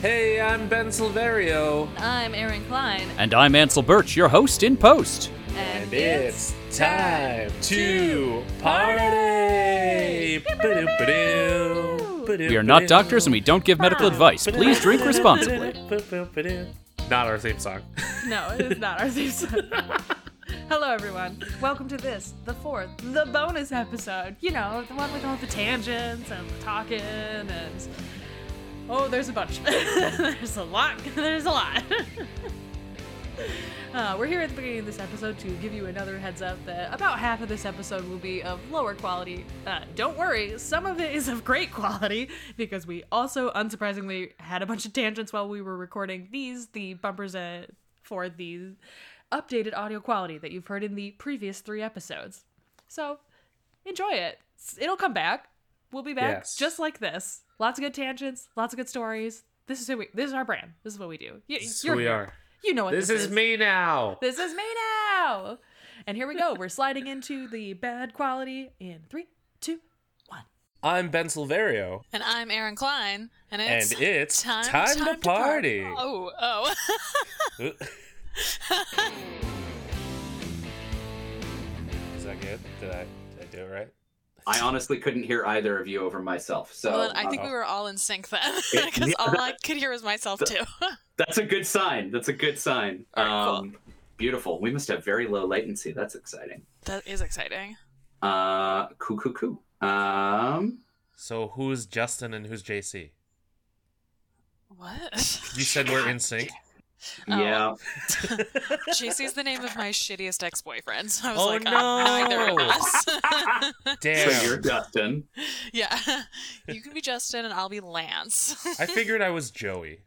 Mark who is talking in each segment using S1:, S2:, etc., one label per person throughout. S1: Hey, I'm Ben Silverio,
S2: I'm Erin Klein,
S3: And I'm Ansel Birch, your host in post.
S2: and,
S1: and it's time to party!
S3: We are not doctors and we don't give medical advice. Please drink responsibly.
S1: Not our theme song.
S2: No, it is not our theme song. Hello, everyone. Welcome to this, the fourth, the bonus episode. You know, the one with all the tangents and the talking and. Oh, there's a bunch. there's a lot. There's a lot. Uh, we're here at the beginning of this episode to give you another heads up that about half of this episode will be of lower quality. Uh, don't worry, some of it is of great quality because we also, unsurprisingly, had a bunch of tangents while we were recording these, the bumpers uh, for the updated audio quality that you've heard in the previous three episodes. So enjoy it. S- It'll come back. We'll be back
S1: Yes.
S2: just like this. Lots of good tangents, lots of good stories. This is who we. This is our brand. This is what we do. You,
S1: Yes,
S2: you're
S1: we
S2: here.
S1: are.
S2: You know what this,
S1: This is me now.
S2: this is me now. And here we go. We're sliding into the bad quality in three, two, one.
S1: I'm Ben Silverio,
S4: And I'm Aaron Klein, and it's
S1: and it's time, to party.
S4: Oh, oh.
S1: is that good? Did I, did I do it right?
S5: I honestly couldn't hear either of you over myself. So uh,
S4: well, then I think
S1: uh-oh.
S4: we were all in sync then,
S5: Yeah,
S4: because all I could hear was myself too.
S5: that's a good sign. That's a good sign.
S4: All right,
S5: um, Beautiful. We must have very low latency. That's exciting.
S4: that is exciting.
S5: Uh, coo coo coo. Um,
S1: So who's Justin and who's JC?
S4: What?
S1: You said we're in sync.
S4: Oh.
S5: yeah.
S4: JC's the name of my shittiest ex-boyfriend, so I was
S1: Oh,
S2: "Uh,
S4: like,
S1: no.
S4: oh, neither of us.
S5: So you're
S1: Damn.
S5: Dustin.
S4: yeah, you can be Justin, and I'll be Lance.
S1: I figured I was Joey.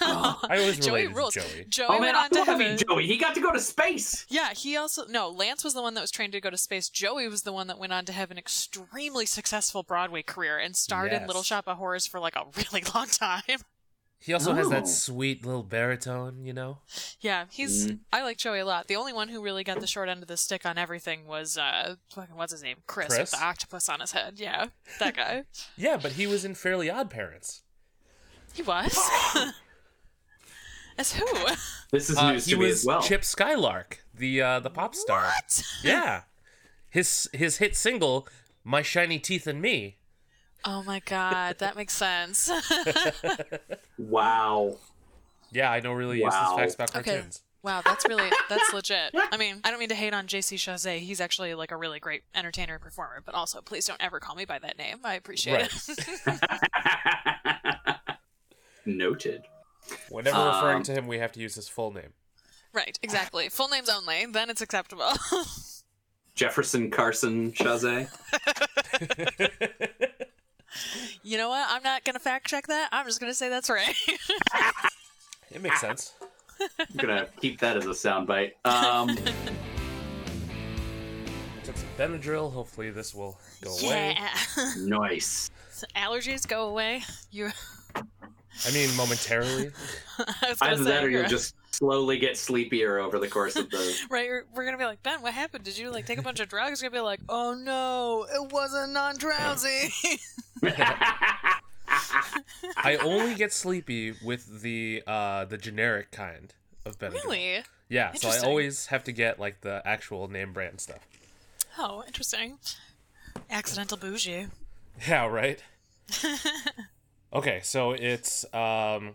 S1: I always
S4: Joey
S1: related
S4: rules.
S1: to Joey.
S4: Joey
S5: Oh man,
S4: went
S5: I
S4: on to
S5: love
S4: have
S5: you,
S4: a
S5: Joey. He got to go to space.
S4: Yeah, he also no. Lance was the one that was trained to go to space. Joey was the one that went on to have an extremely successful Broadway career and starred in
S1: Yes.
S4: Little Shop of Horrors for like a really long time.
S1: He also has
S5: Oh.
S1: that sweet little baritone, you know?
S4: Yeah, he's.
S1: Mm.
S4: I like Joey a lot. The only one who really got the short end of the stick on everything was uh, fucking what's his name, Chris,
S1: Chris?
S4: with the octopus on his head. Yeah, that guy.
S1: Yeah, but he was in Fairly Odd Parents.
S4: he was. As who?
S5: This is
S1: Uh,
S5: news
S1: he
S5: to me
S1: was
S5: as well.
S1: Chip Skylark, the uh, the pop star.
S4: What?
S1: Yeah. His his hit single, My Shiny Teeth and Me.
S4: Oh my god, that makes sense.
S5: Wow.
S1: Yeah, I know really
S5: Wow.
S1: useless facts about
S4: Okay.
S1: cartoons.
S4: Wow, that's really that's legit. I mean, I don't mean to hate on JC Chazet. He's actually like a really great entertainer and performer, but also please don't ever call me by that name. I appreciate it.
S5: Noted.
S1: Whenever
S5: Um,
S1: referring to him, we have to use his full name.
S4: right, exactly. Full names only, then it's acceptable.
S5: Jefferson Carson Chazé.
S4: you know what? I'm not gonna fact check that. I'm just gonna say that's right.
S1: It makes
S5: Ah.
S1: sense.
S5: I'm gonna keep that as a soundbite. Um,
S1: Took some Benadryl. Hopefully, this will go away.
S4: yeah.
S5: nice.
S4: Allergies go away. You
S1: I mean, momentarily.
S4: I was gonna
S5: Either
S4: say uh,
S5: that, or you'll
S4: you're-
S5: just slowly get sleepier over the course of the
S4: Right, you're, we're gonna be like Ben. What happened? Did you like take a bunch of drugs? You're gonna be like, oh no, it wasn't non-drowsy.
S1: I only get sleepy with the uh, the generic kind of Benadryl.
S4: really?
S1: Yeah, so I
S4: Interesting.
S1: always have to get like the actual name brand stuff.
S4: Oh, interesting. Accidental bougie.
S1: Yeah, right. okay, so it's um,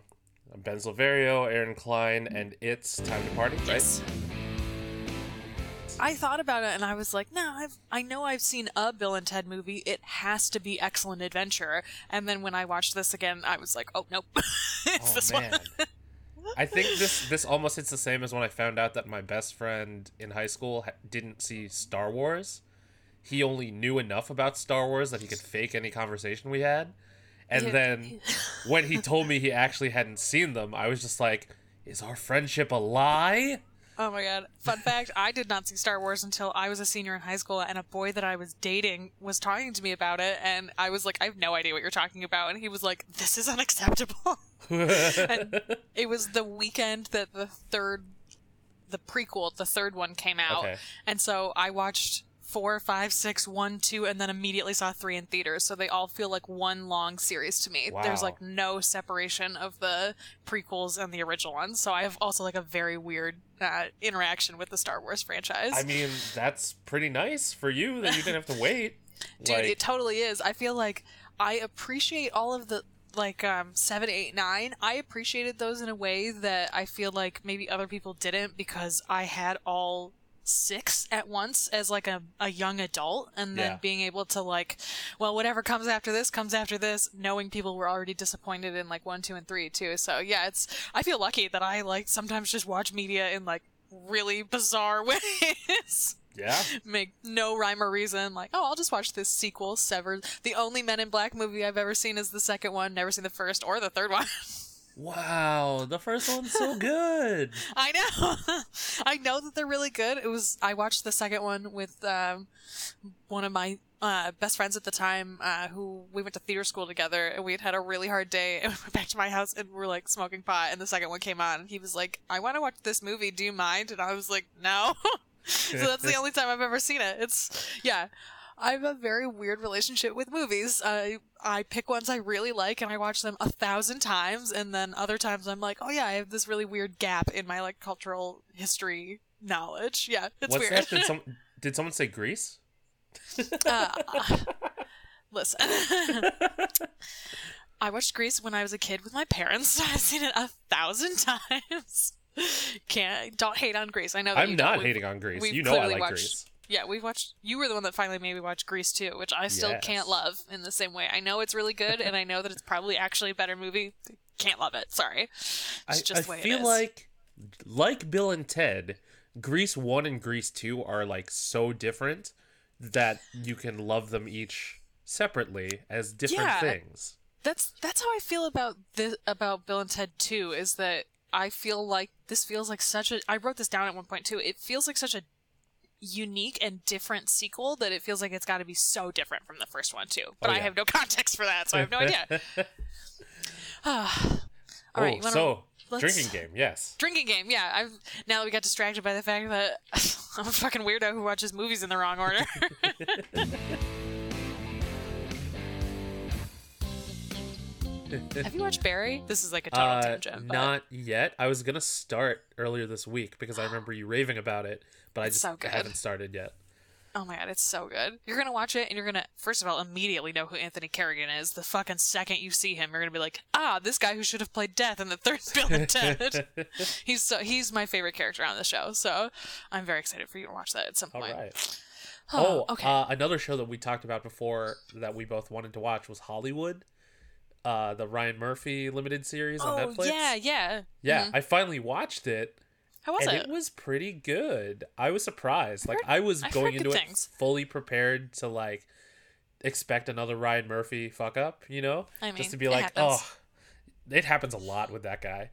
S1: Ben Silverio, Aaron Klein, and it's time to party,
S4: Yes. I thought about it and I was like, no, I've, I know I've seen a Bill and Ted movie. It has to be Excellent Adventure. And then when I watched this again, I was like, oh, nope. it's
S1: right?
S4: this
S1: oh
S4: one.
S1: man, I think this this almost hits the same as when I found out that my best friend in high school ha- didn't see Star Wars. He only knew enough about Star Wars that he could fake any conversation we had, and
S4: Yeah.
S1: then when he told me he actually hadn't seen them, I was just like, "Is our friendship a lie?"
S4: Oh my god. Fun fact I did not see Star Wars until I was a senior in high school, and a boy that I was dating was talking to me about it. And I was like, I have no idea what you're talking about. And he was like, this is unacceptable. and it was the weekend that the third, the prequel, the third one came out.
S1: Okay.
S4: And so I watched four, five, six, one, two, and then immediately saw three in theaters. So they all feel like one long series to me. There's
S1: Wow.
S4: like no separation of the prequels and the original ones. So I have also like a very weird uh, interaction with the Star Wars franchise.
S1: I mean, that's pretty nice for you that you didn't have to wait.
S4: Dude,
S1: Like,
S4: it totally is. I feel like I appreciate all of the like um seven, eight, nine. I appreciated those in a way that I feel like maybe other people didn't because I had all six at once as like a, a young adult and then
S1: Yeah.
S4: being able to like well whatever comes after this comes after this knowing people were already disappointed in like one two and three too so yeah it's i feel lucky that i like sometimes just watch media in like really bizarre ways
S1: yeah.
S4: make no rhyme or reason. Like, oh, I'll just watch this sequel, Severed. The only Men in Black movie I've ever seen is the second one. Never seen the first or the third one.
S1: Wow, the first one's so good.
S4: I know. I know that they're really good. It was I watched the second one with um, one of my uh, best friends at the time, uh, who we went to theater school together, and we had had a really hard day, and we went back to my house and we were like smoking pot, and the second one came on, and he was like, "I want to watch this movie. Do you mind?" And I was like, "No." so that's the only time I've ever seen it. It's yeah. I have a very weird relationship with movies. I I pick ones I really like and I watch them a thousand times, and then other times I'm like, oh yeah, I have this really weird gap in my like cultural history knowledge. Yeah, it's
S1: What's
S4: weird.
S1: that? Did, some, did someone say Greece?
S4: Uh, listen, I watched Grease when I was a kid with my parents. I've seen it a thousand times. Can't don't hate on Grease. I know that
S1: I'm
S4: you don't.
S1: not
S4: We've-
S1: hating on Greece.
S4: we've
S1: You know I
S4: clearly
S1: like
S4: watched-
S1: Greece.
S4: Yeah, we've watched. You were the one that finally made me watch Grease too, which I still
S1: Yes.
S4: can't love in the same way. I know it's really good, and I know that it's probably actually a better movie. Can't love it. Sorry, it's
S1: I,
S4: just
S1: I
S4: the way
S1: feel
S4: it is.
S1: like, like Bill and Ted, Grease One and Grease Two are like so different that you can love them each separately as different
S4: Yeah.
S1: things.
S4: that's that's how I feel about this about Bill and Ted Two. Is that I feel like this feels like such a. I wrote this down at one point too. It feels like such a unique and different sequel that it feels like it's got to be so different from the first one too. But
S1: Oh,
S4: I
S1: yeah.
S4: have no context for that, so I have no idea. Ah. All right,
S1: oh,
S4: you wanna-
S1: so
S4: let's-
S1: drinking game, yes.
S4: drinking game. Yeah, I've now that we got distracted by the fact that I'm a fucking weirdo who watches movies in the wrong order. Have you watched Barry? This is like a total
S1: Uh,
S4: tangent. but-
S1: not yet. I was gonna start earlier this week because I remember you raving about it, but I
S4: It's
S1: just
S4: so good.
S1: haven't started yet.
S4: Oh my god, it's so good. You're gonna watch it and you're gonna first of all immediately know who Anthony Kerrigan is. The fucking second you see him, you're gonna be like, ah, this guy who should have played Death in the third Bill and Ted. he's so he's my favorite character on the show, so I'm very excited for you to watch that at some
S1: All
S4: point.
S1: right. Oh,
S4: okay.
S1: uh, another show that we talked about before that we both wanted to watch was Hollywood, uh, the Ryan Murphy limited series on
S4: oh
S1: Netflix.
S4: yeah, yeah.
S1: Yeah, I finally watched it,
S4: How was
S1: and it? was pretty good. I was surprised. Like I was
S4: I've heard
S1: going
S4: good
S1: into it
S4: things.
S1: fully prepared to like expect another Ryan Murphy fuck up. You know,
S4: I mean,
S1: just to be
S4: it
S1: like,
S4: happens.
S1: oh, it happens a lot with that guy.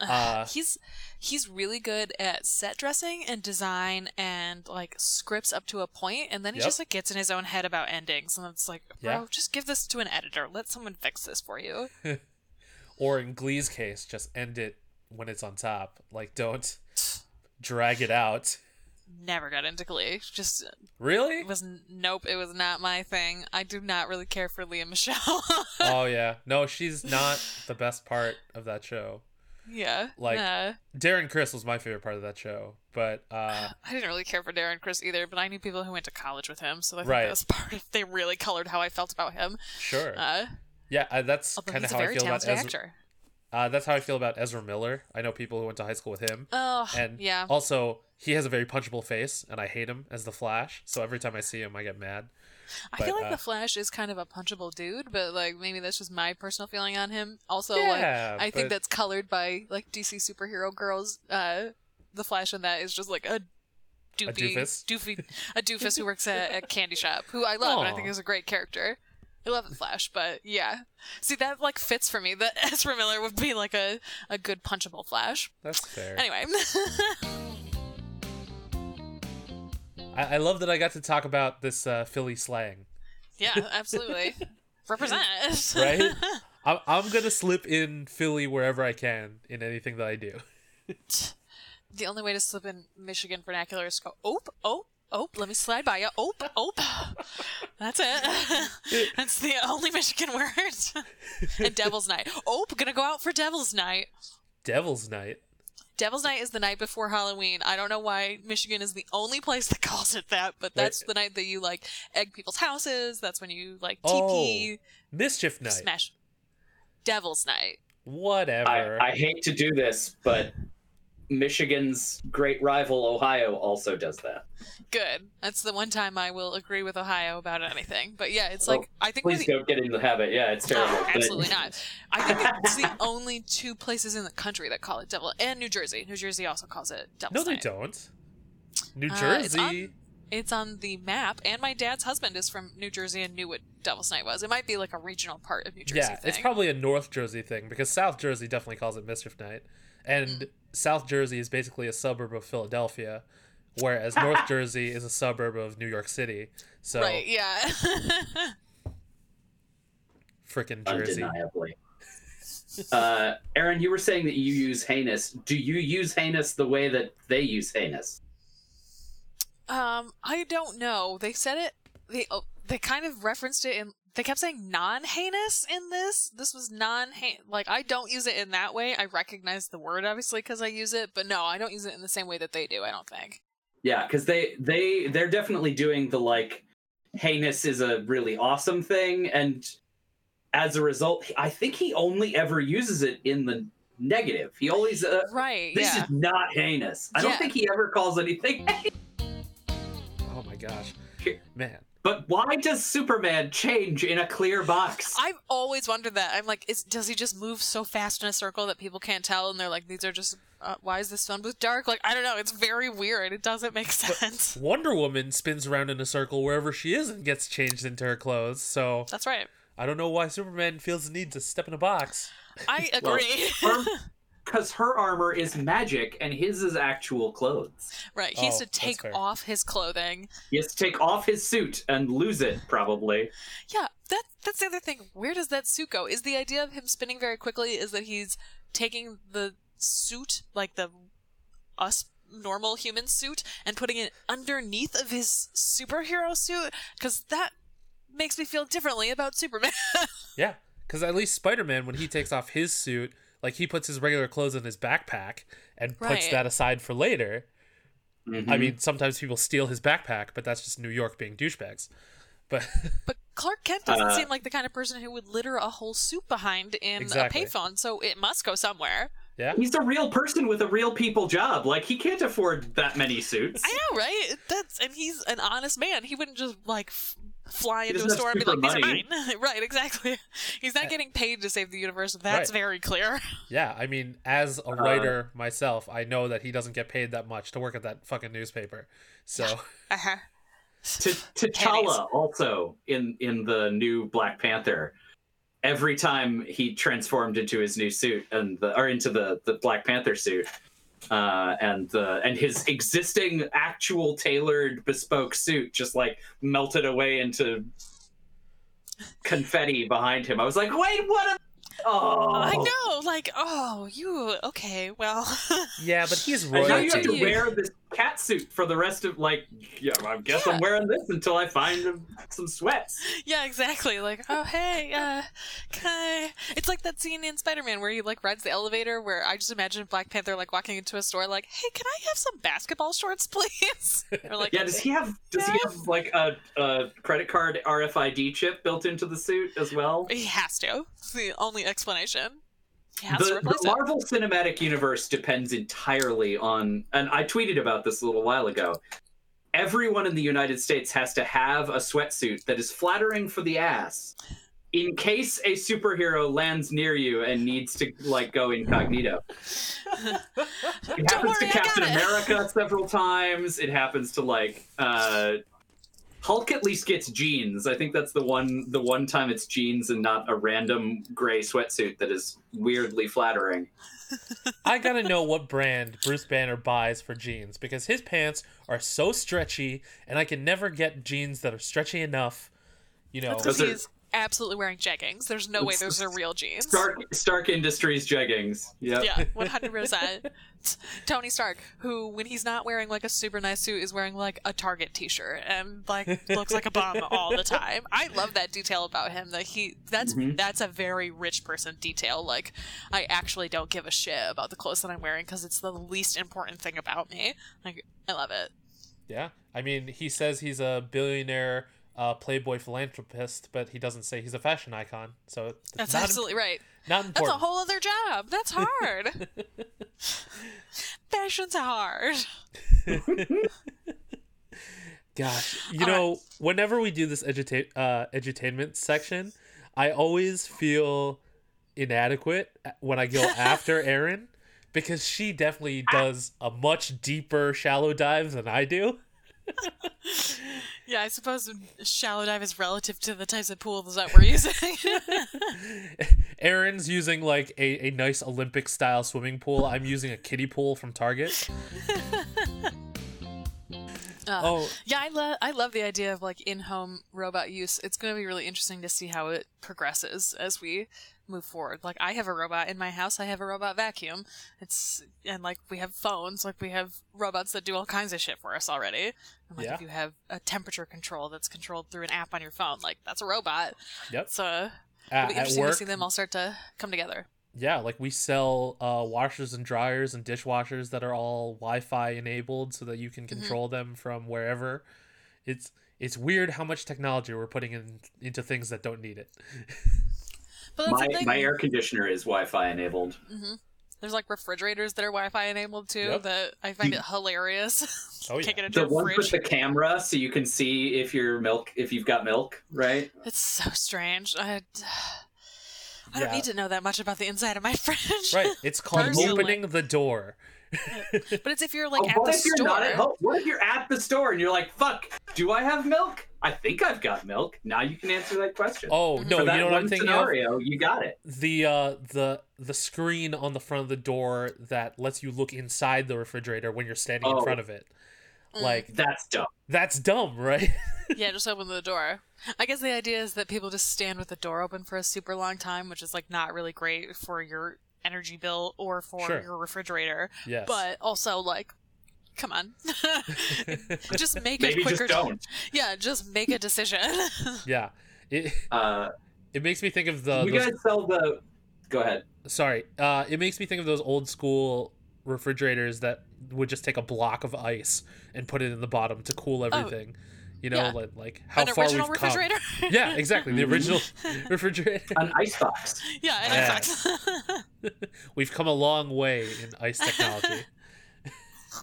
S1: Uh,
S4: he's he's really good at set dressing and design and like scripts up to a point and then he
S1: Yep.
S4: just like gets in his own head about endings and it's like bro
S1: Yeah.
S4: just give this to an editor let someone fix this for you
S1: Or in Glee's case, just end it when it's on top. Like don't drag it out.
S4: never got into glee just
S1: Really?
S4: it was nope it was not my thing i do not really care for leah michelle
S1: oh yeah. No, she's not the best part of that show.
S4: yeah
S1: Like-
S4: nah.
S1: Darren Chris was my favorite part of that show, but uh
S4: i didn't really care for darren chris either but i knew people who went to college with him so i think
S1: Right.
S4: that was part of they really colored how i felt about him
S1: sure.
S4: uh
S1: yeah, uh, that's
S4: although
S1: kind of
S4: he's a
S1: how I
S4: very
S1: feel about
S4: talented
S1: Ezra.
S4: actor
S1: Uh, that's how I feel about Ezra Miller. I know people who went to high school with him,
S4: oh
S1: and
S4: yeah
S1: also he has a very punchable face, and I hate him as the Flash. So every time I see him, I get mad.
S4: I
S1: But,
S4: feel like
S1: uh,
S4: the Flash is kind of a punchable dude, but like maybe that's just my personal feeling on him. Also,
S1: Yeah,
S4: like I think
S1: but-
S4: that's colored by like DC superhero girls. Uh, the Flash in that is just like a doofy,
S1: doofus?
S4: doofy, a doofus who works at a candy shop, who I love and I
S1: Aw.
S4: think is a great character. I love the Flash, but yeah, see that like fits for me. That Ezra Miller would be like a a good punchable Flash.
S1: That's fair.
S4: Anyway,
S1: I-, I love that I got to talk about this uh, Philly slang.
S4: yeah, absolutely. Represent.
S1: Right? I- I'm gonna slip in Philly wherever I can in anything that I do.
S4: the only way to slip in Michigan vernacular is go ope, ope, Oh, let me slide by you. Oh, oh. That's it. That's the only Michigan word. and Devil's Night. Oh, gonna go out for Devil's Night.
S1: Devil's Night.
S4: Devil's Night is the night before Halloween. I don't know why Michigan is the only place that calls it that, but that's
S1: Wait.
S4: the night that you like egg people's houses. That's when you like
S1: Oh,
S4: TP,
S1: Mischief Night.
S4: smash. Devil's Night.
S1: Whatever.
S5: I, I hate to do this, but Michigan's great rival Ohio also does that.
S4: Good. That's the one time I will agree with Ohio about anything. But yeah, it's like
S5: Oh,
S4: I think we're
S5: Please
S4: the
S5: don't get into the habit. Yeah, it's
S2: Oh,
S4: No,
S5: terrible. but-
S4: absolutely not. I think it's the only two places in the country that call it devil, and New Jersey. New Jersey also calls it devil's
S1: no, they
S4: night.
S1: don't. New
S4: Uh, it's
S1: Jersey.
S4: on- It's on the map, and my dad's husband is from New Jersey and knew what Devil's Night was. It might be like a regional part of New Jersey.
S1: yeah, it's
S4: thing.
S1: probably a North Jersey thing because South Jersey definitely calls it Mischief Night, and
S4: Mm.
S1: South Jersey is basically a suburb of Philadelphia, whereas North Jersey is a suburb of New York City. So
S4: right. Yeah,
S1: frickin' Jersey.
S5: undeniably. uh, Aaron, you were saying that you use heinous. Do you use heinous the way that they use heinous?
S4: um, I don't know. They said it. They oh, they kind of referenced it in. They kept saying non heinous in this. This was non like I don't use it in that way. I recognize the word obviously because I use it, but no, I don't use it in the same way that they do. I don't think.
S5: Yeah, because they they they're definitely doing the like heinous is a really awesome thing, and as a result, I think he only ever uses it in the negative. He always uh,
S4: Right.
S5: this
S4: yeah.
S5: is not heinous. I don't
S4: Yeah.
S5: think he ever calls anything.
S1: Oh my gosh,
S5: Here.
S1: man!
S5: But why does Superman change in a clear box?
S4: I've always wondered that. I'm like, is, does he just move so fast in a circle that people can't tell? And they're like, these are just. Uh, why is this film booth dark? Like, I don't know. It's very weird. It doesn't make sense.
S1: Wonder Woman spins around in a circle wherever she is and gets changed into her clothes. So
S4: That's right.
S1: I don't know why Superman feels the need to step in a box.
S4: I
S5: Well,
S4: agree.
S5: Because her armor is magic and his is actual clothes.
S4: right. He has
S1: Oh,
S4: to
S1: that's
S4: take
S1: fair.
S4: off his clothing.
S5: He has to take off his suit and lose it, probably.
S4: Yeah. That That's the other thing. Where does that suit go? Is the idea of him spinning very quickly is that he's taking the suit, like the us normal human suit, and putting it underneath of his superhero suit? Because that makes me feel differently about Superman.
S1: Yeah, because at least Spider Man, when he takes off his suit, like he puts his regular clothes in his backpack and puts
S4: Right.
S1: that aside for later.
S5: Mm-hmm.
S1: I mean, sometimes people steal his backpack, but that's just New York being douchebags. But
S4: But Clark Kent doesn't
S5: Uh,
S4: seem like the kind of person who would litter a whole suit behind in
S1: Exactly.
S4: a payphone, so it must go somewhere.
S1: yeah,
S5: He's a real person with a real people job. Like, he can't afford that many suits.
S4: I know, right? That's and he's an honest man. He wouldn't just like f- fly into a
S5: doesn't have
S4: store and be like,
S5: super
S4: "These
S5: money." Uh,
S4: are mine." right? Exactly. He's not getting paid to save the universe. That's
S1: Right.
S4: very clear.
S1: yeah. I mean, as a writer myself, I know that he doesn't get paid that much to work at that fucking newspaper. So
S4: Uh-huh.
S5: T- T'Challa, also in, in the new Black Panther, every time he transformed into his new suit and the, or into the, the Black Panther suit, uh, and the and his existing actual tailored bespoke suit just like melted away into confetti behind him. I was like, wait, what? A- oh,
S4: I know. Like, oh, you okay? Well,
S1: yeah, but he's
S5: And now you have
S1: royalty.
S5: to wear this cat suit for the rest of like. Yeah, I guess
S4: Yeah.
S5: I'm wearing this until I find um, some sweats.
S4: yeah, exactly. Like, oh, hey, uh, can I- It's like that scene in Spider-Man where he like rides the elevator. Where I just imagine Black Panther like walking into a store, like, hey, can I have some basketball shorts, please? Or like,
S5: Yeah, does he have? Does he have like a, a credit card RFID chip built into the suit as well?
S4: He has to. It's the only explanation. He has to
S5: the,
S4: replace
S5: the Marvel Cinematic Universe depends entirely on, and I tweeted about this a little while ago. Everyone in the United States has to have a sweatsuit that is flattering for the ass, in case a superhero lands near you and needs to like go incognito. it happens
S4: worry, I
S5: to Captain
S4: got it.
S5: America several times. It happens to like uh, Hulk at least gets jeans. I think that's the one the one time it's jeans and not a random gray sweatsuit that is weirdly flattering.
S1: I gotta know what brand Bruce Banner buys for jeans because his pants are so stretchy, and I can never get jeans that are stretchy enough. You know,
S4: it. Because
S5: Those are-
S4: he's absolutely wearing jeggings. There's no way those are real jeans.
S5: Stark Stark Industries jeggings. Yep.
S4: Yeah, 100%. Tony Stark, who, when he's not wearing like a super nice suit, is wearing like a Target t shirt and like looks like a bum all the time. I love that detail about him that he, that's,
S1: Mm-hmm.
S4: that's a very rich person detail. Like, I actually don't give a shit about the clothes that I'm wearing because it's the least important thing about me. Like, I love it.
S1: Yeah. I mean, he says he's a billionaire uh, playboy philanthropist, but he doesn't say he's a fashion icon. So it's
S4: That's
S1: not,
S4: absolutely right.
S1: not
S4: That's
S1: important.
S4: a whole other job. That's hard. Fashion's hard.
S1: Gosh, you know, whenever we do this eduta- uh, edutainment section, I always feel inadequate when I go after Erin because she definitely does a much deeper shallow dive than I do.
S4: Yeah, I suppose shallow dive is relative to the types of pools that we're using.
S1: Erin's using like a, a nice Olympic style swimming pool. I'm using a kiddie pool from Target. oh,
S4: yeah, I love I love the idea of like in-home robot use. It's going to be really interesting to see how it progresses as we move forward. Like I have a robot in my house. I have a robot vacuum. It's and like we have phones. Like we have robots that do all kinds of shit for us already. And like
S1: Yeah.
S4: if you have a temperature control that's controlled through an app on your phone, like that's a robot.
S1: yep.
S4: So uh,
S1: Uh,
S4: it'll be
S1: at
S4: interesting to
S1: work,
S4: see them all start to come together.
S1: yeah, like we sell uh, washers and dryers and dishwashers that are all Wi-Fi enabled, so that you
S4: Mm-hmm.
S1: can control them from wherever. It's it's weird how much technology we're putting in into things that don't need it.
S4: But that's
S5: My,
S4: the thing.
S5: my air conditioner is Wi-Fi enabled.
S4: Mm-hmm. There's like refrigerators that are Wi-Fi enabled too.
S1: Yep.
S4: That I find it hilarious.
S1: Oh, yeah.
S4: Kicking into
S5: The
S4: a
S5: one
S4: fridge.
S5: with the camera, so you can see if your milk, if you've got milk, right?
S4: It's so strange. I, I don't
S1: Yeah.
S4: need to know that much about the inside of my fridge.
S1: Right? It's called
S4: Personally.
S1: opening the door.
S4: But it's if you're like
S5: Oh,
S4: at
S5: what
S4: the
S5: if you're
S4: store.
S5: not at home? What if you're at the store and you're like, "Fuck, do I have milk? I think I've got milk." Now you can answer that question.
S1: Oh
S4: Mm-hmm.
S1: no,
S5: For
S1: you
S5: that
S1: know what
S5: one
S1: I'm thinking of?
S5: scenario, you got it.
S1: the uh the the screen on the front of the door that lets you look inside the refrigerator when you're standing in
S5: Oh.
S1: front of it.
S4: Mm.
S1: Like
S5: That's dumb.
S1: that's dumb, right?
S4: Yeah, just open the door. I guess the idea is that people just stand with the door open for a super long time, which is like not really great for your energy bill or for
S1: Sure.
S4: your refrigerator.
S1: yes.
S4: But also like come on. just make a
S5: Maybe just
S4: quicker
S5: don't.
S4: Yeah, just make a decision.
S1: yeah. It
S5: Uh,
S1: it makes me think of the
S5: you
S1: those-
S5: guys sell the. Go ahead.
S1: sorry. Uh it makes me think of those old school refrigerators that would just take a block of ice and put it in the bottom to cool everything. you know,
S4: Oh, yeah.
S1: like like how
S4: An
S1: far
S4: original
S1: we've come.
S4: refrigerator?
S1: Yeah, exactly. The original refrigerator.
S5: An icebox.
S4: yeah, and
S1: Yeah.
S4: I fucked.
S1: We've come a long way in ice technology.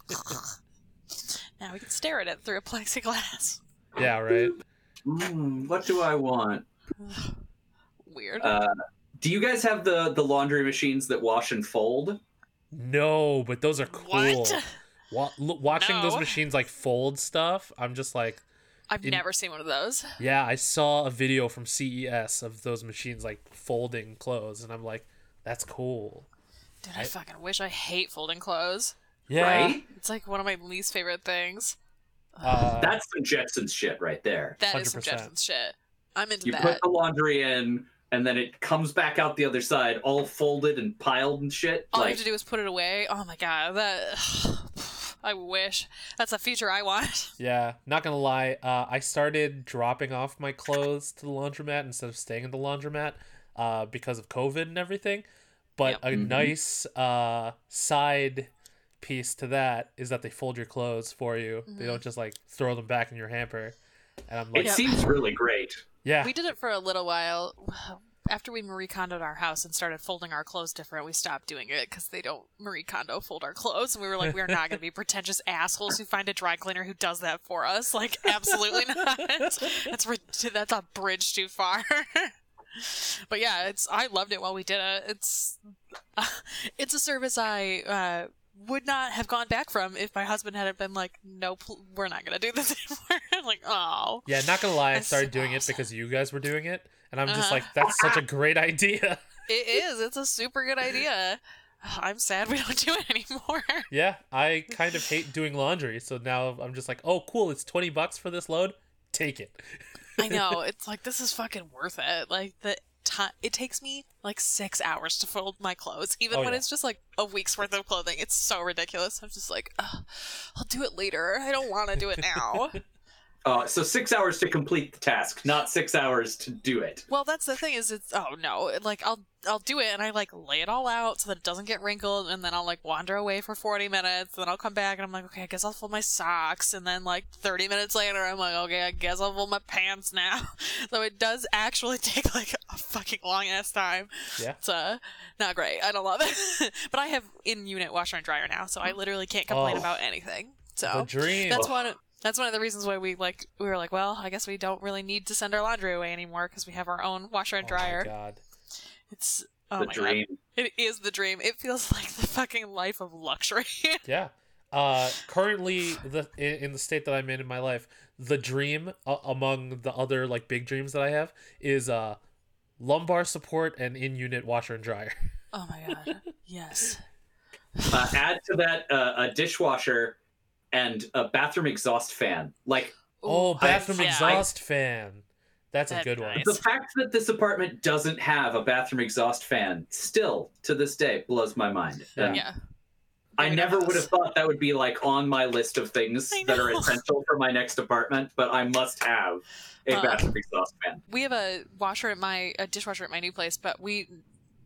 S4: now we can stare at it through a plexiglass.
S1: Yeah, right.
S5: Mm, what do I want?
S4: Weird.
S5: Uh, do you guys have the the laundry machines that wash and fold?
S1: No, but those are cool.
S4: What?
S1: Wa- lo- watching those
S4: No.
S1: machines like fold stuff, I'm just like,
S4: I've
S1: in-
S4: never seen one of those.
S1: yeah, I saw a video from CES of those machines like folding clothes, and I'm like, that's cool.
S4: Dude, I, fucking wish I hate folding clothes.
S1: Yeah,
S5: Right?
S4: It's like one of my least favorite things.
S1: uh,
S5: That's some Jetson shit right there.
S4: That is some
S1: 100%.
S4: Jetson shit. I'm into
S5: You
S4: that.
S5: put the laundry in, and then it comes back out the other side, all folded and piled and shit.
S4: All you
S5: like,
S4: have to do is put it away. Oh my god, that. I wish. That's a feature I want.
S1: yeah. Not gonna lie, uh, I started dropping off my clothes to the laundromat instead of staying in the laundromat uh, because of COVID and everything. But
S4: Yep.
S1: a
S5: Mhm.
S1: nice uh, side piece to that is that they fold your clothes for you. They don't just like throw them back in your hamper. And I'm like,
S5: it
S4: Mm-hmm. Yeah.
S5: seems really great.
S1: yeah,
S4: We did it for a little while. After we Marie Kondoed our house and started folding our clothes different, we stopped doing it because they don't Marie Kondo fold our clothes. And we were like, we are not going to be pretentious assholes who find a dry cleaner who does that for us. Like, absolutely not. That's rid- that's a bridge too far. but yeah, it's I loved it while we did it. It's it's a service I uh, would not have gone back from if my husband hadn't been like, nope, we're not going to do this anymore. I'm like, oh,
S1: Yeah, not gonna lie, I
S4: That's
S1: started doing it
S4: awesome.
S1: because you guys were doing it, and I'm just
S4: Uh-huh.
S1: like, that's such a great idea.
S4: It is. It's a super good idea. I'm sad we don't do it anymore.
S1: yeah, I kind of hate doing laundry, so now I'm just like, oh, cool, it's twenty bucks for this load. Take it.
S4: I know. It's like this is fucking worth it. Like the time it takes me like six hours to fold my clothes, even
S1: Oh,
S4: when
S1: yeah.
S4: it's just like a week's worth of clothing. It's so ridiculous. I'm just like, Ugh, I'll do it later. I don't want to do it now.
S5: Uh, so six hours to complete the task, not six hours to do it.
S4: well, that's the thing is, it's oh no, it- like I'll I'll do it and I like lay it all out so that it doesn't get wrinkled, and then I'll like wander away for 40 minutes, then I'll come back and I'm like, okay, I guess I'll fold my socks, and then like 30 minutes later, I'm like, okay, I guess I'll fold my pants now. so it does actually take like a fucking long ass time.
S1: Yeah.
S4: It's uh, not great. I don't love it. but I have in unit washer and dryer now, so I literally can't complain
S1: Oh.
S4: about anything.
S1: The
S4: So
S1: dream.
S4: Oh, that's one. Of, that's one of the reasons why we like we were like, well, I guess we don't really need to send our laundry away anymore because we have our own washer and
S1: Oh my
S4: dryer.
S1: God.
S4: it's oh
S5: the
S4: my
S5: dream.
S4: god, it is the dream. It feels like the fucking life of luxury.
S1: Yeah. Uh, currently, the in, in the state that I'm in in my life, the dream uh, among the other like big dreams that I have is uh, lumbar support and in-unit washer and dryer.
S4: oh my god, yes.
S5: Uh, add to that uh, a dishwasher and a bathroom exhaust fan. Like
S1: oh,
S4: Ooh,
S1: bathroom
S4: yeah, I-
S1: exhaust fan. That's a
S4: That'd
S1: good
S4: be
S1: one.
S4: nice.
S5: the fact that this apartment doesn't have a bathroom exhaust fan still to this day blows my mind. And
S4: yeah.
S5: I
S4: We don't
S5: never would
S4: this.
S5: have thought that would be like on my list of things
S4: I
S5: that are
S4: know.
S5: essential for my next apartment, but I must have a
S4: Uh,
S5: bathroom exhaust fan.
S4: we have a washer at my a dishwasher at my new place, but we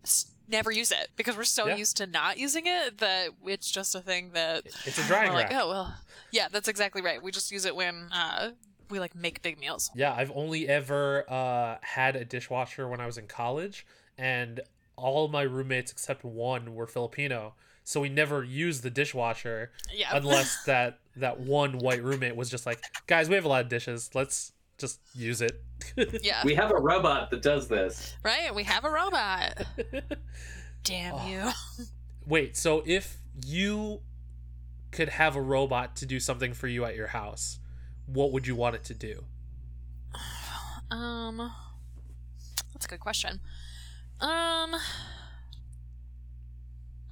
S4: s- never use it because we're so
S1: Yeah.
S4: used to not using it that it's just a thing that
S1: It's a drying
S4: we're like,
S1: rack.
S4: oh well, yeah, that's exactly right. We just use it when uh, we like make big meals.
S1: Yeah, I've only ever uh, had a dishwasher when I was in college, and all my roommates except one were Filipino, so we never used the dishwasher
S4: Yeah,
S1: unless that that one white roommate was just like, guys, we have a lot of dishes, let's just use it.
S4: yeah,
S5: We have a robot that does this.
S4: right. We have a robot. Damn
S1: Oh.
S4: you!
S1: Wait, so if you could have a robot to do something for you at your house, what would you want it to do?
S4: Um, that's a good question. Um,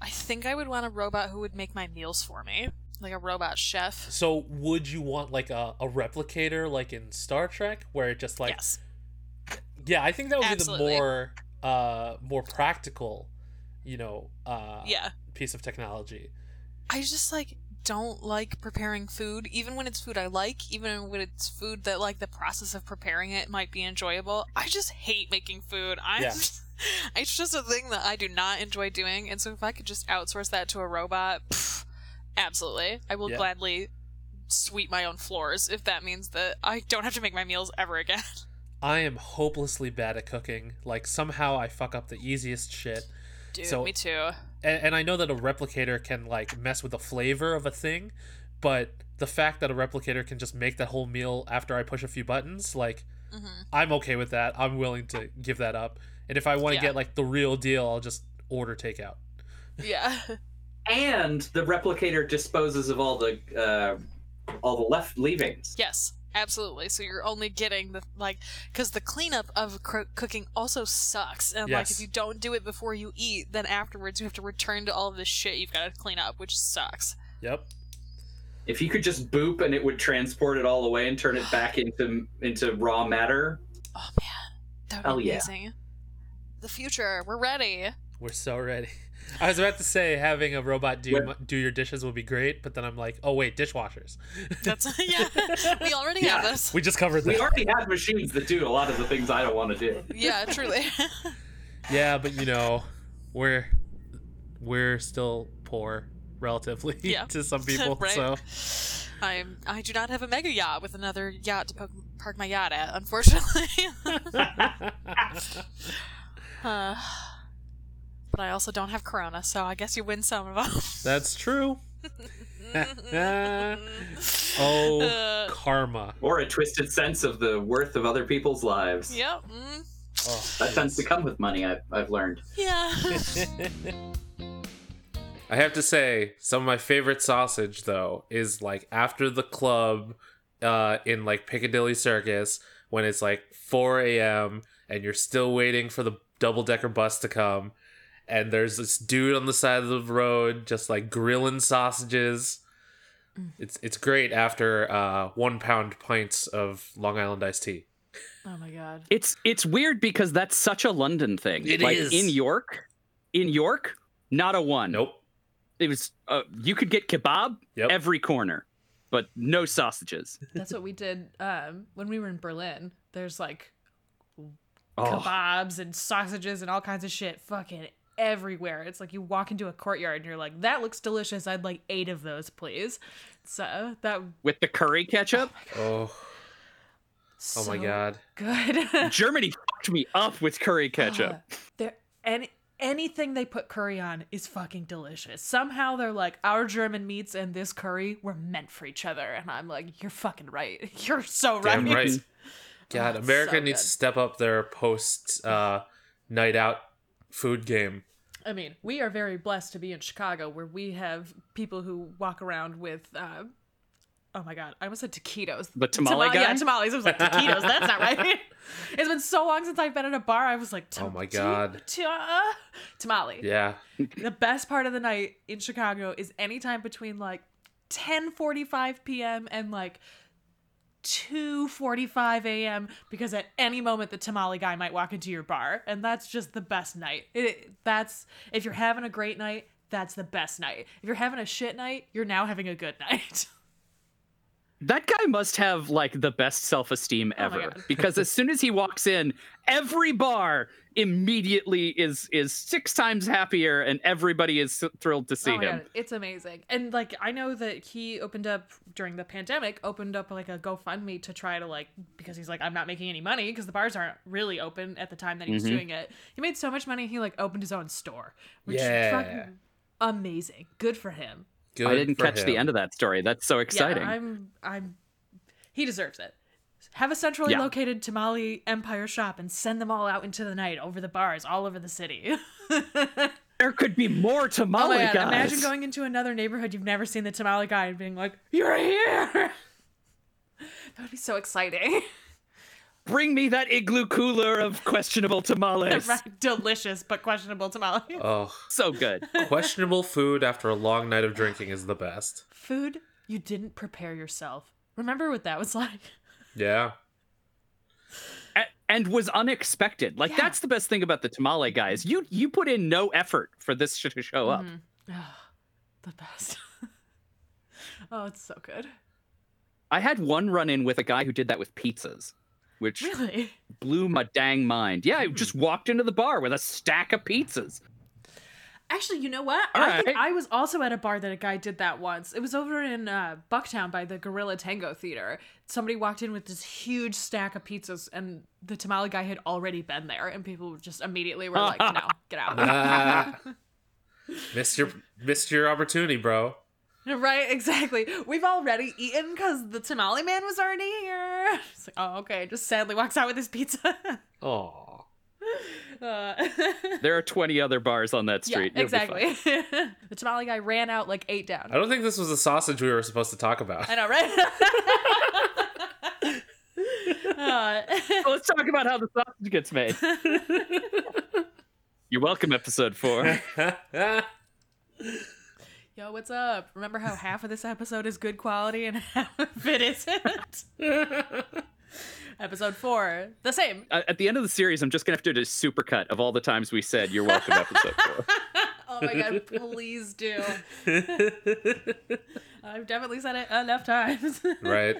S4: I think I would want a robot who would make my meals for me, like a robot chef.
S1: So would you want like a, a replicator like in Star Trek where it just like
S4: yes.
S1: Yeah, I think that would be
S4: Absolutely.
S1: the more uh more practical, you know, uh
S4: Yeah.
S1: piece of technology.
S4: I just like don't like preparing food, even when it's food I like, even when it's food that like the process of preparing it might be enjoyable. I just hate making food. I'm
S1: Yeah.
S4: it's just a thing that I do not enjoy doing, and so if I could just outsource that to a robot, pff, absolutely, I will
S1: Yeah.
S4: gladly sweep my own floors if that means that I don't have to make my meals ever again.
S1: I am hopelessly bad at cooking. Like somehow I fuck up the easiest shit.
S4: Dude,
S1: So-
S4: me too.
S1: and, and I know that a replicator can like mess with the flavor of a thing, but the fact that a replicator can just make that whole meal after I push a few buttons, like
S4: Mhm.
S1: I'm okay with that. I'm willing to give that up. And if I want to
S4: Yeah.
S1: get like the real deal, I'll just order takeout.
S4: Yeah.
S5: And the replicator disposes of all the uh, all the left leavings.
S4: Yes, absolutely. So you're only getting the like because the cleanup of cro- cooking also sucks, and like
S1: Yes.
S4: if you don't do it before you eat, then afterwards you have to return to all of this shit you've got to clean up, which sucks.
S1: Yep.
S5: If you could just boop and it would transport it all away and turn it back into into raw matter,
S4: Oh man, that would
S5: Oh,
S4: be
S5: yeah.
S4: amazing. The future, we're ready.
S1: We're so ready. I was about to say having a robot do
S5: When-
S1: do your dishes will be great, but then I'm like, oh wait, dishwashers.
S4: That's yeah. we already have
S5: Yeah.
S4: this.
S1: We just covered
S5: we
S1: that.
S5: already have machines that do a lot of the things I don't want to do.
S4: Yeah, truly.
S1: yeah, but you know, we're we're still poor relatively
S4: Yeah.
S1: to some people.
S4: Right.
S1: So
S4: I'm. I do not have a mega yacht with another yacht to po- park my yacht at, unfortunately. uh, but I also don't have Corona, so I guess you win some of them.
S1: That's true. oh,
S4: Uh,
S1: karma.
S5: Or a twisted sense of the worth of other people's lives.
S4: Yep. Mm,
S1: Oh,
S5: That tends to come with money, I've, I've learned.
S4: yeah.
S1: I have to say, some of my favorite sausage though is like after the club, uh, in like Piccadilly Circus when it's like 4 a.m. and you're still waiting for the double decker bus to come, and there's this dude on the side of the road just like grilling sausages. It's it's great after uh, one pound pints of Long Island iced tea.
S2: Oh my god.
S5: It's it's weird because that's such a London thing.
S1: It
S5: like
S1: is.
S5: in York, in York, not a one.
S1: Nope.
S5: It was uh, you could get kebab
S1: Yep.
S5: every corner, but no sausages.
S2: That's what we did um, when we were in Berlin. There's like
S5: Oh,
S2: kebabs and sausages and all kinds of shit fucking everywhere. It's like you walk into a courtyard and you're like, that looks delicious. I'd like eight of those, please. So that
S5: with the curry ketchup,
S1: oh, oh
S2: so
S1: my god.
S2: good.
S5: Germany fucked me up with curry ketchup.
S2: Uh, there any anything they put curry on is fucking delicious. Somehow they're like our German meats and this curry were meant for each other, and I'm like, you're fucking right. You're so
S1: Damn
S2: right.
S1: right. God,
S2: it's
S1: America
S2: so
S1: needs
S2: good.
S1: to step up their post uh, night out food game.
S2: I mean, we are very blessed to be in Chicago, where we have people who walk around with. Uh, Oh my god! I almost said taquitos.
S5: The tamale guy?
S2: yeah, tamales. I was like taquitos. That's not right. it's been so long since I've been at a bar. I was like,
S1: Oh my
S2: "Tati-
S1: God.
S2: ta- uh, tamale.
S1: Yeah.
S2: the best part of the night in Chicago is anytime between like 10:45 p.m. and like 2:45 a.m. because at any moment the tamale guy might walk into your bar and that's just the best night. It, that's if you're having a great night, that's the best night. If you're having a shit night, you're now having a good night.
S5: That guy must have like the best self esteem
S2: Oh my
S5: ever
S2: God.
S5: because as soon as he walks in, every bar immediately is is six times happier, and everybody is thrilled to see
S2: Oh my
S5: him.
S2: God, it's amazing. And like I know that he opened up during the pandemic, opened up like a GoFundMe to try to like because he's like I'm not making any money because the bars aren't really open at the time that he was
S5: Mhm.
S2: doing it. He made so much money he like opened his own store, which
S1: Yeah.
S2: is fucking amazing. Good for him.
S1: Good
S5: I didn't
S1: for
S5: catch the
S1: him.
S5: end of that story. That's so exciting.
S2: Yeah, I'm I'm he deserves it. Have a centrally
S5: Yeah.
S2: located Tamale Empire shop and send them all out into the night over the bars all over the city.
S5: there could be more
S2: Oh
S5: tamale
S2: my god,
S5: guys.
S2: imagine going into another neighborhood you've never seen the tamale guy and being like, You're here! That would be so exciting.
S5: Bring me that igloo cooler of questionable tamales.
S2: Right, Delicious but questionable tamale.
S1: Oh,
S5: So good.
S1: questionable food after a long night of drinking is the best.
S2: Food you didn't prepare yourself. Remember what that was like?
S1: Yeah.
S5: A- and was unexpected. Like
S2: Yeah.
S5: that's the best thing about the tamale guys. You you put in no effort for this shit to show up.
S2: Mhm. Ah, the best. oh, it's so good.
S5: I had one run in with a guy who did that with pizzas, which
S2: Really? Hmm.
S5: blew my dang mind. Yeah, he just walked into the bar with a stack of pizzas.
S2: Actually, you know what?
S5: All
S2: I think
S5: right.
S2: I was also at a bar that a guy did that once. It was over in uh, Bucktown by the Gorilla Tango Theater. Somebody walked in with this huge stack of pizzas, and the tamale guy had already been there, and people just immediately were like, "No, get out!"
S1: Ah. missed your missed your opportunity, bro.
S2: right? Exactly. We've already eaten because the tamale man was already here. It's like, oh, okay. Just sadly walks out with his pizza.
S1: Oh.
S2: uh,
S5: There are 20 other bars on that
S2: yeah,
S5: street. You'll be fine.
S2: exactly. the tamale guy ran out like eight down.
S1: I don't think this was the sausage we were supposed to talk about.
S2: I know, right?
S5: Well, Let's talk about how the sausage gets made. You're welcome, episode four.
S2: Yo, what's up? Remember how half of this episode is good quality and half of it isn't? episode four, the same.
S5: A- At the end of the series, I'm just gonna have to do a supercut of all the times we said "You're welcome," episode four.
S2: Oh my god, please do. I've definitely said it enough times.
S1: right.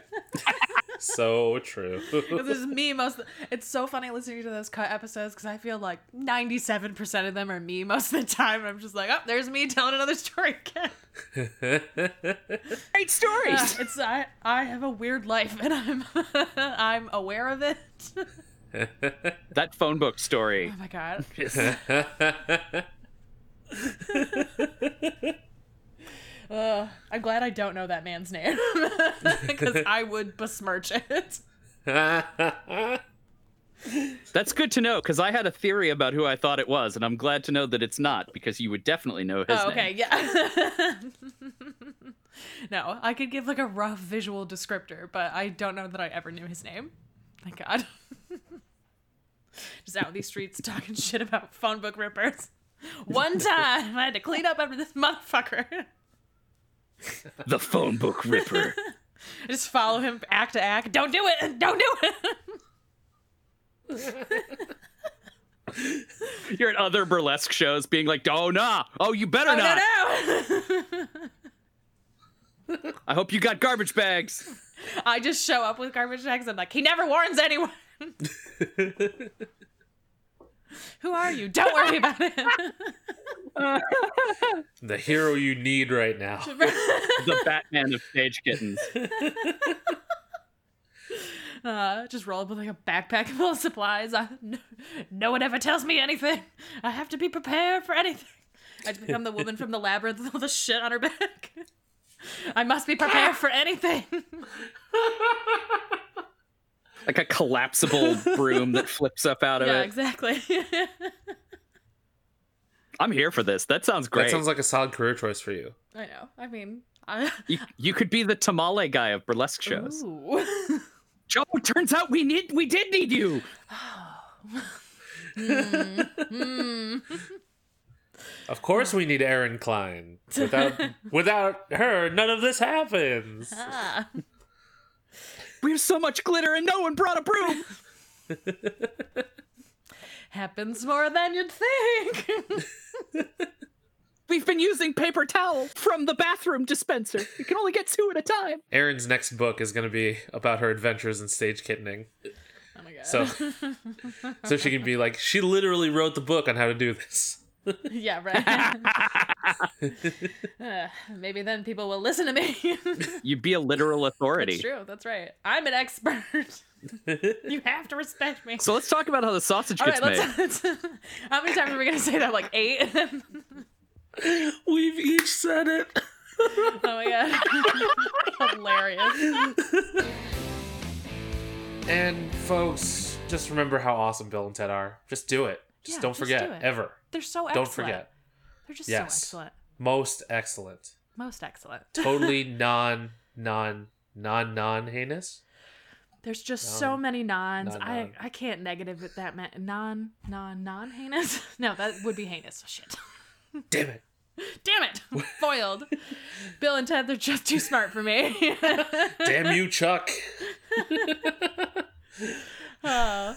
S1: so true.
S2: this is me most. It's so funny listening to those cut episodes because I feel like 97% of them are me most of the time. And I'm just like, oh, there's me telling another story again.
S5: Great
S2: Yeah,
S5: stories.
S2: it's I I have a weird life and I'm I'm aware of it. oh
S5: that phone book story.
S2: my god. Ugh. I'm glad I don't know that man's name because I would besmirch it.
S5: That's good to know because I had a theory about who I thought it was, and I'm glad to know that it's not because you would definitely know his
S2: oh,
S5: name.
S2: okay, yeah. no, I could give like a rough visual descriptor, but I don't know that I ever knew his name. Thank God. Just out in these streets talking shit about phone book rippers. One time I had to clean up after this motherfucker.
S5: The phone book ripper.
S2: Just follow him act to act. Don't do it. Don't do it.
S5: You're at other burlesque shows being like, oh, nah. Oh, you better not.
S2: Oh, no, no.
S5: I hope you got garbage bags.
S2: I just show up with garbage bags. I'm like, he never warns anyone. Who are you? Don't worry about
S1: The hero you need right now.
S2: it.
S5: the Batman of stage kittens.
S2: uh, just roll up with like a backpack full of supplies. I, no, no one ever tells me anything. I have to be prepared for anything. I just become the woman from the labyrinth with all the shit on her back. I must be prepared for anything.
S5: Like a collapsible broom that flips up out of
S2: yeah,
S5: it.
S2: exactly.
S5: I'm here for this. That sounds great.
S1: That sounds like a solid career choice for you.
S2: I know. I mean, I.
S5: you, you could be the tamale guy of burlesque shows.
S2: Ooh.
S5: Joe, turns out we need we did need you.
S1: Of course, we need Erin Klein. Without without her, none of this happens.
S2: Ah.
S5: We have so much glitter and no one brought a broom.
S2: Happens more than you'd think.
S5: We've been using paper towel from the bathroom dispenser. We can only get two at a time.
S1: Erin's next book is going to be about her adventures in stage kittening.
S2: oh my god.
S1: So, so she can be like, she literally wrote the book on how to do this.
S2: Yeah, right. Uh, maybe then people will listen to me.
S5: You'd be a literal authority.
S2: That's true. That's right. I'm an expert. you have to respect me.
S5: So let's talk about how the sausage
S2: All right,
S5: gets made.
S2: let's, let's- How many times are we gonna say that? Like eight. oh
S1: We've each said it.
S2: my god. Hilarious.
S1: And folks, just remember how awesome Bill and Ted are. Just do it. Just
S2: Yeah,
S1: don't
S2: just
S1: forget
S2: do it.
S1: ever.
S2: They're so excellent.
S1: Don't forget.
S2: They're just
S1: Yes.
S2: so excellent.
S1: Most excellent.
S2: Most excellent.
S1: Totally non non non non heinous.
S2: There's just so
S1: Non-
S2: many nons.
S1: non-
S2: I
S1: non.
S2: I can't negative it that man. Non non non heinous. No, that would be heinous. Shit.
S1: Damn it.
S2: Damn it. Foiled. Bill and Ted, they're just too smart for me.
S1: Damn you, Chuck.
S2: Uh.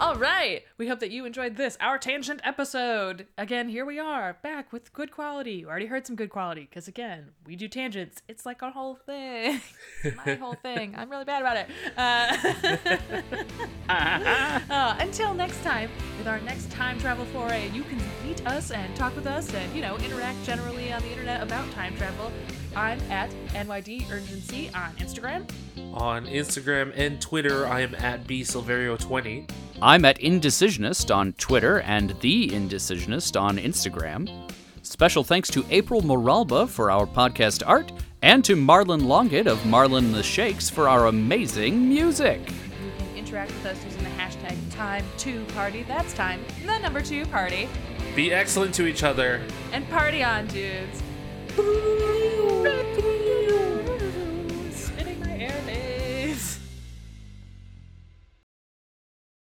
S2: All right. We hope that you enjoyed this, our tangent episode. Again, here we are, back with good quality. You already heard some good quality, because again, we do tangents. It's like our whole thing. It's my whole thing. I'm really bad about it. Uh, uh, until next time, with our next time travel foray, you can meet us and talk with us and, you know, interact generally on the internet about time travel. I'm at NYD Urgency on Instagram.
S1: On Instagram and Twitter, I am at B Silverio20.
S6: I'm at Indecisionist on Twitter and The Indecisionist on Instagram. Special thanks to April Moralba for our podcast art and to Marlon Longett of Marlon the Shakes for our amazing music.
S2: You can interact with us using the hashtag time to party. That's time, the number two party.
S1: Be excellent to each other.
S2: And party on, dudes.